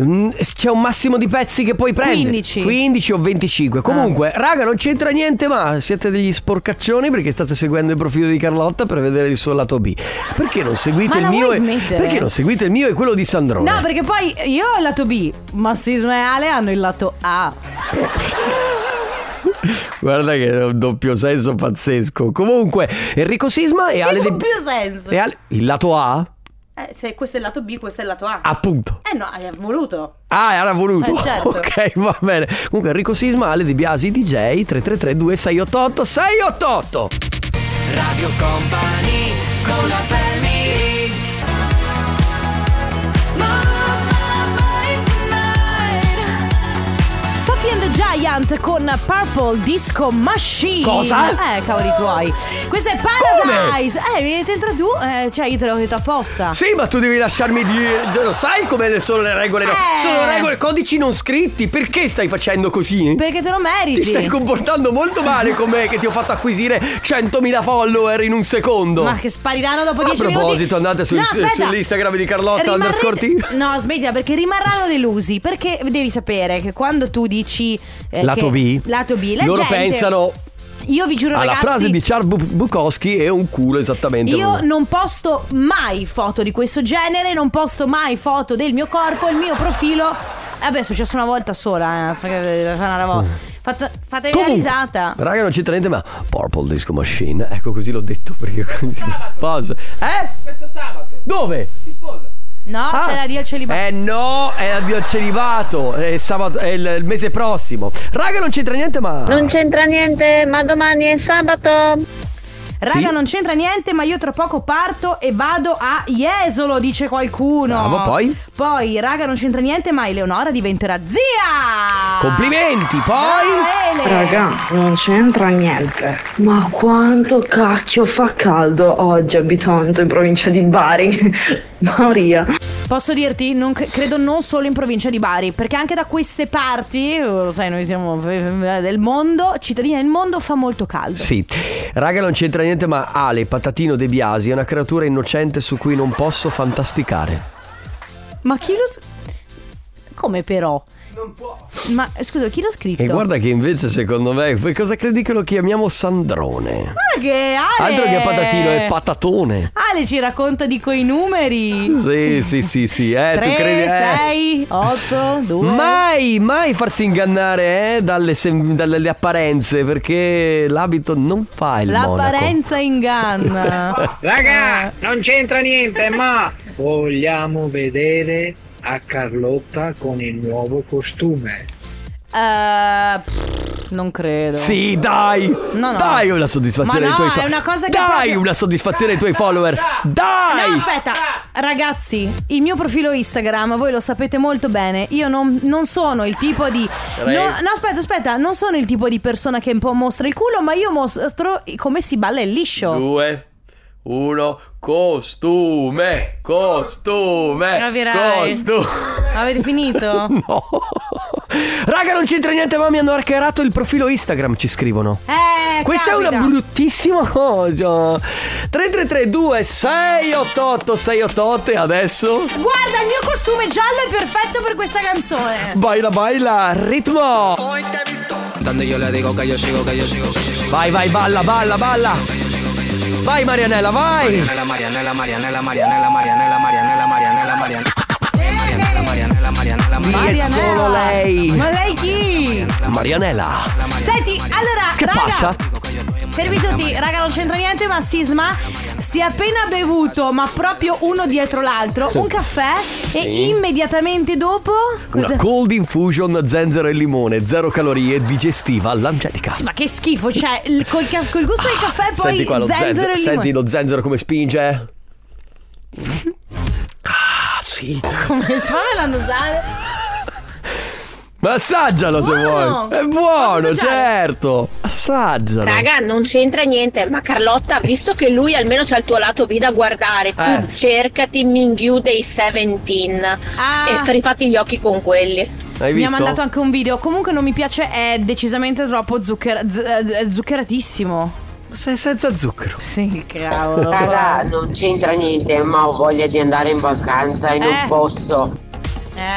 [SPEAKER 1] Mm, C'è un massimo di pezzi che puoi prendere
[SPEAKER 2] 15.
[SPEAKER 1] 15 o
[SPEAKER 2] Ah.
[SPEAKER 1] 25 Comunque raga non c'entra niente ma Siete degli sporcaccioni perché state seguendo il profilo di Carlotta Per vedere il suo lato B Perché non seguite
[SPEAKER 2] Ma
[SPEAKER 1] il
[SPEAKER 2] la
[SPEAKER 1] mio
[SPEAKER 2] vuoi
[SPEAKER 1] e-
[SPEAKER 2] smettere?
[SPEAKER 1] Perché non seguite il mio e quello di Sandrone
[SPEAKER 2] No, perché poi io ho il lato B, ma Sisma e Ale hanno il lato A.
[SPEAKER 1] Guarda che è un doppio senso pazzesco Comunque Enrico Sisma e Ale
[SPEAKER 2] Che
[SPEAKER 1] De...
[SPEAKER 2] doppio senso.
[SPEAKER 1] e Ale- Il lato A?
[SPEAKER 2] Eh, se questo è il lato B, questo è il lato A.
[SPEAKER 1] Appunto
[SPEAKER 2] Eh no, hai voluto.
[SPEAKER 1] Ah, era voluto.
[SPEAKER 2] Eh, certo.
[SPEAKER 1] Ok, va bene. Comunque, Enrico Sisma, Ale Di Biasi, DJ 333 2688 688.
[SPEAKER 3] Radio Company con la family
[SPEAKER 2] Sophie and the Giant con Purple Disco Machine.
[SPEAKER 3] Cosa?
[SPEAKER 2] Eh, cavoli tuoi. Questo è Paradise. Eh, mi entra tu, eh, cioè io te l'ho detto apposta.
[SPEAKER 1] Sì, ma tu devi lasciarmi dire. Lo sai come sono le regole? No?
[SPEAKER 2] Eh.
[SPEAKER 1] Sono regole, codici non scritti. Perché stai facendo così?
[SPEAKER 2] Perché te lo meriti.
[SPEAKER 1] Ti stai comportando molto male con me che ti ho fatto acquisire 100.000 follower in un secondo.
[SPEAKER 2] Ma che spariranno dopo
[SPEAKER 1] A
[SPEAKER 2] 10 minuti.
[SPEAKER 1] proposito, andate sul-
[SPEAKER 2] No, aspetta.
[SPEAKER 1] sull'Instagram di Carlotta
[SPEAKER 2] Rimarrete-
[SPEAKER 1] underscore T.
[SPEAKER 2] No, smettila perché rimarranno delusi. Perché devi sapere che quando tu dici eh,
[SPEAKER 1] Lato
[SPEAKER 2] che-
[SPEAKER 1] B.
[SPEAKER 2] lato B, la
[SPEAKER 1] Loro
[SPEAKER 2] gente-
[SPEAKER 1] pensano
[SPEAKER 2] Io vi giuro,
[SPEAKER 1] alla
[SPEAKER 2] ragazzi.
[SPEAKER 1] frase di Charles Bu- Bukowski è un culo esattamente.
[SPEAKER 2] Io non posto mai foto di questo genere, non posto mai foto del mio corpo, il mio profilo. Vabbè, è successo una volta sola, eh, so che- so una
[SPEAKER 1] Mm.
[SPEAKER 2] volta. Fatto- fatevi la risata.
[SPEAKER 1] Raga, non c'entra niente, ma Purple Disco Machine. Ecco, così l'ho detto perché. Pause. Eh?
[SPEAKER 3] Questo sabato
[SPEAKER 1] Dove?
[SPEAKER 3] si sposa
[SPEAKER 2] No,
[SPEAKER 1] Ah.
[SPEAKER 2] c'è la dia al celibato.
[SPEAKER 1] Eh no, è addio al celibato. È, sabato- è il, il mese prossimo. Raga, non c'entra niente, ma.
[SPEAKER 2] c'entra niente, ma domani è sabato. Raga,
[SPEAKER 1] Sì.
[SPEAKER 2] non c'entra niente, ma io tra poco parto e vado a Jesolo, dice qualcuno.
[SPEAKER 1] Bravo, poi?
[SPEAKER 2] Poi, raga, non c'entra niente, ma Eleonora diventerà zia.
[SPEAKER 1] Complimenti, poi.
[SPEAKER 2] Raga,
[SPEAKER 24] non c'entra niente. Ma quanto cacchio fa caldo oggi abitante in provincia di Bari. Maria.
[SPEAKER 2] Posso dirti, non cre- credo non solo in provincia di Bari, perché anche da queste parti, eh, lo sai, noi siamo eh, del mondo, cittadini del mondo, fa molto caldo.
[SPEAKER 1] Sì, raga non c'entra niente ma Ale, patatino De Biasi, è una creatura innocente su cui non posso fantasticare.
[SPEAKER 2] Ma chi lo... s- Come però? Non può. Ma eh, scusa, chi l'ha scritto?
[SPEAKER 1] E guarda che invece secondo me, per cosa credi che lo chiamiamo Sandrone?
[SPEAKER 2] Ma che Ale!
[SPEAKER 1] Altro che patatino è patatone.
[SPEAKER 2] Ale ci racconta di quei numeri.
[SPEAKER 1] Sì, sì, sì, sì, eh, tu
[SPEAKER 2] 3,
[SPEAKER 1] credi...
[SPEAKER 2] 6,
[SPEAKER 1] eh.
[SPEAKER 2] 8, 2.
[SPEAKER 1] Mai, mai farsi ingannare eh, dalle, sem- dalle apparenze perché l'abito non fa il monaco.
[SPEAKER 2] L'apparenza inganna.
[SPEAKER 5] Raga, non c'entra niente, ma vogliamo vedere a Carlotta con il nuovo costume.
[SPEAKER 2] Eh, pff, non credo.
[SPEAKER 1] Sì, dai!
[SPEAKER 2] No, no.
[SPEAKER 1] Dai una soddisfazione
[SPEAKER 2] Ma
[SPEAKER 1] ai
[SPEAKER 2] no,
[SPEAKER 1] tuoi
[SPEAKER 2] è una cosa che
[SPEAKER 1] Dai
[SPEAKER 2] proprio-
[SPEAKER 1] una soddisfazione ai tuoi follower.
[SPEAKER 2] No,
[SPEAKER 1] Dai!
[SPEAKER 2] aspetta, ragazzi, il mio profilo Instagram, voi lo sapete molto bene, io non, non sono il tipo di...
[SPEAKER 1] Re.
[SPEAKER 2] No, no, aspetta, aspetta, non sono il tipo di persona che un po' mostra il culo, ma io mostro come si balla il liscio.
[SPEAKER 6] Due, uno, costume, costume,
[SPEAKER 2] Capirai.
[SPEAKER 6] costume.
[SPEAKER 2] Avete finito?
[SPEAKER 1] No. Raga, non c'entra niente, ma mi hanno archerato il profilo Instagram, ci scrivono.
[SPEAKER 2] Eh,
[SPEAKER 1] Questa è una bruttissima cosa. 3332 688 688 e adesso
[SPEAKER 2] Guarda, il mio costume giallo è perfetto per questa canzone.
[SPEAKER 1] baila baila ritmo.
[SPEAKER 3] Dando yo le digo que yo sigo, que yo sigo.
[SPEAKER 1] Vai, vai, balla, balla, balla. Vai Marianella, vai.
[SPEAKER 3] Marianella, Marianella, Marianella, Marianella, Marianella, Marianella, Marianella, Marianella. Marianella, Marianella, Marianella,
[SPEAKER 1] Sì, è
[SPEAKER 3] Marianella.
[SPEAKER 1] solo lei.
[SPEAKER 2] Ma lei chi?
[SPEAKER 1] Marianella.
[SPEAKER 2] Senti, allora,
[SPEAKER 1] Che
[SPEAKER 2] raga,
[SPEAKER 1] passa?
[SPEAKER 2] fermi tutti, raga, non c'entra niente, ma Sisma si è appena bevuto, ma proprio uno dietro l'altro, un caffè e
[SPEAKER 1] Sì.
[SPEAKER 2] immediatamente dopo
[SPEAKER 1] Una cold infusion zenzero e limone, zero calorie, digestiva all'angelica.
[SPEAKER 2] Sì, ma che schifo, cioè, il- col, ca- col gusto del caffè poi
[SPEAKER 1] Ah, Senti qua lo
[SPEAKER 2] zenzero,
[SPEAKER 1] zenzero,
[SPEAKER 2] e limone.
[SPEAKER 1] senti lo zenzero come spinge. ah, sì.
[SPEAKER 2] Come si fa a usare?
[SPEAKER 1] Massaggialo se
[SPEAKER 18] Buono!
[SPEAKER 1] vuoi. È buono,
[SPEAKER 18] Posso assaggiare?
[SPEAKER 1] certo. Assaggialo.
[SPEAKER 18] Raga, non c'entra niente, ma Carlotta, visto che lui almeno c'ha il tuo lato B da guardare, tu
[SPEAKER 1] Eh.
[SPEAKER 18] cercati Mingyu dei 17 e f- rifatti gli occhi con quelli.
[SPEAKER 1] Hai
[SPEAKER 2] Mi ha
[SPEAKER 1] visto?
[SPEAKER 2] mandato anche un video. Comunque non mi piace, è decisamente troppo zuccher- z- eh, zuccheratissimo.
[SPEAKER 1] Sei senza zucchero.
[SPEAKER 2] Sì, cavolo.
[SPEAKER 9] Raga, non c'entra niente, ma ho voglia di andare in vacanza e
[SPEAKER 2] Eh.
[SPEAKER 9] non posso.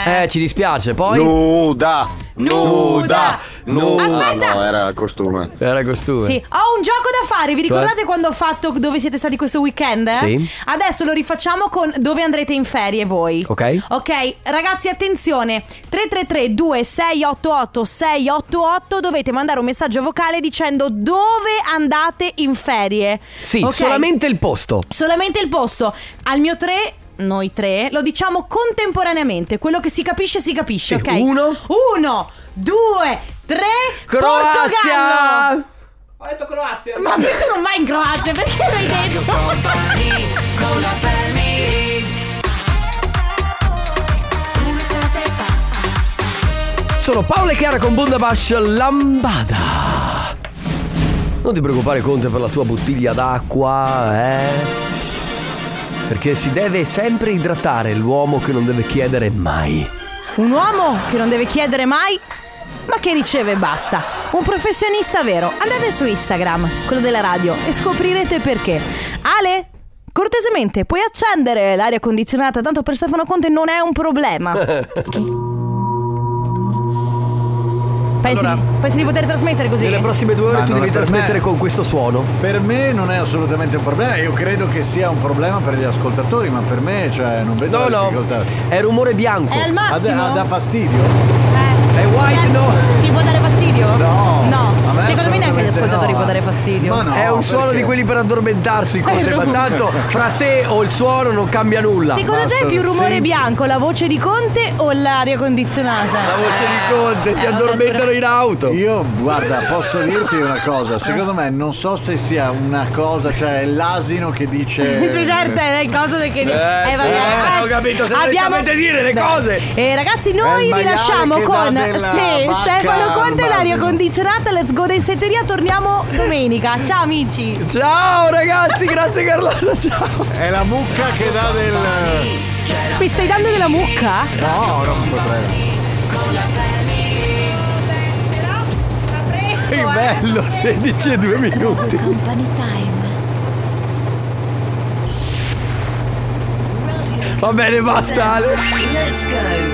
[SPEAKER 1] Eh, ci dispiace, poi.
[SPEAKER 25] Nuda!
[SPEAKER 2] Nuda!
[SPEAKER 25] Nuda!
[SPEAKER 2] Aspetta!
[SPEAKER 25] No, era costume.
[SPEAKER 1] Era costume.
[SPEAKER 2] Sì, ho un gioco da fare. Vi
[SPEAKER 25] Cioè?
[SPEAKER 2] ricordate quando ho fatto dove siete stati questo weekend? eh?
[SPEAKER 25] Sì.
[SPEAKER 2] Adesso lo rifacciamo con dove andrete in ferie voi.
[SPEAKER 1] Ok.
[SPEAKER 2] Ok, ragazzi, attenzione: 333 2688 688 dovete mandare un messaggio vocale dicendo dove andate in ferie.
[SPEAKER 1] Sì,
[SPEAKER 2] Ok?
[SPEAKER 1] solamente il posto.
[SPEAKER 2] Solamente il posto. Al mio 3, noi tre, lo diciamo contemporaneamente. Quello che si capisce, si capisce,
[SPEAKER 1] Sì,
[SPEAKER 2] ok?
[SPEAKER 1] uno.
[SPEAKER 2] Uno, due, tre.
[SPEAKER 1] Croazia!
[SPEAKER 2] Portogallo!
[SPEAKER 3] Ho detto Croazia.
[SPEAKER 2] Ma tu non vai in Croazia, perché l'hai detto?
[SPEAKER 3] Con la family.
[SPEAKER 1] Sono Paolo e Chiara con Bundabash Lambada. Non ti preoccupare Conte per la tua bottiglia d'acqua, eh? Perché si deve sempre idratare l'uomo che non deve chiedere mai.
[SPEAKER 2] Un uomo che non deve chiedere mai, ma che riceve e basta. Un professionista vero. Andate su Instagram, quello della radio, e scoprirete perché. Ale, cortesemente, puoi accendere l'aria condizionata, tanto per Stefano Conte non è un problema. Pensi,
[SPEAKER 22] Allora-
[SPEAKER 2] pensi di poter trasmettere così?
[SPEAKER 22] Nelle
[SPEAKER 1] prossime due
[SPEAKER 22] Ma
[SPEAKER 1] ore tu
[SPEAKER 22] non
[SPEAKER 1] devi
[SPEAKER 22] è per
[SPEAKER 1] trasmettere
[SPEAKER 22] me.
[SPEAKER 1] con questo suono.
[SPEAKER 22] Per me non è assolutamente un problema, io credo che sia un problema per gli ascoltatori, ma per me cioè non vedo
[SPEAKER 1] No,
[SPEAKER 22] la
[SPEAKER 1] no.
[SPEAKER 22] difficoltà.
[SPEAKER 1] È rumore bianco.
[SPEAKER 2] È al massimo? Eh.
[SPEAKER 22] Ah, dà fastidio.
[SPEAKER 1] È white no.
[SPEAKER 2] Ti può dare fastidio?
[SPEAKER 22] No. A me
[SPEAKER 2] Secondo me neanche gli
[SPEAKER 22] assolutamente
[SPEAKER 2] ascoltatori
[SPEAKER 22] no,
[SPEAKER 2] può
[SPEAKER 22] eh.
[SPEAKER 2] dare fastidio.
[SPEAKER 1] è un suono di quelli per addormentarsi, Conte, ma
[SPEAKER 22] rumore.
[SPEAKER 1] tanto fra te o il suono non cambia nulla.
[SPEAKER 2] Secondo te è più rumore bianco la voce di Conte o l'aria condizionata?
[SPEAKER 1] La voce di Conte, si
[SPEAKER 2] Eh,
[SPEAKER 1] addormentano in auto.
[SPEAKER 22] Io, guarda, posso dirti una cosa, secondo me non so se sia una cosa, cioè è l'asino che
[SPEAKER 2] Sì, certo,
[SPEAKER 22] dice...
[SPEAKER 2] è il coso del che...
[SPEAKER 22] Eh, sì, eh, ho capito, se non sapete dire le
[SPEAKER 2] Ah, Beh.
[SPEAKER 22] cose.
[SPEAKER 2] Eh, ragazzi,
[SPEAKER 22] È il
[SPEAKER 2] noi vi
[SPEAKER 22] maiale
[SPEAKER 2] lasciamo
[SPEAKER 22] che dà
[SPEAKER 2] con
[SPEAKER 22] della
[SPEAKER 2] sì,
[SPEAKER 22] vacca
[SPEAKER 2] Stefano Conte,
[SPEAKER 22] al
[SPEAKER 2] l'aria
[SPEAKER 22] masino.
[SPEAKER 2] condizionata, let's go dei setteria, torniamo domenica. Ciao amici.
[SPEAKER 1] Ciao ragazzi, grazie Carlotta, ciao.
[SPEAKER 22] È Eh, la mucca che dà del... eh,
[SPEAKER 2] Mi stai dando della mucca?
[SPEAKER 22] No, non potrei.
[SPEAKER 1] Sei bello, 16 e 2 minuti. Va bene, basta Ale.
[SPEAKER 3] Let's go.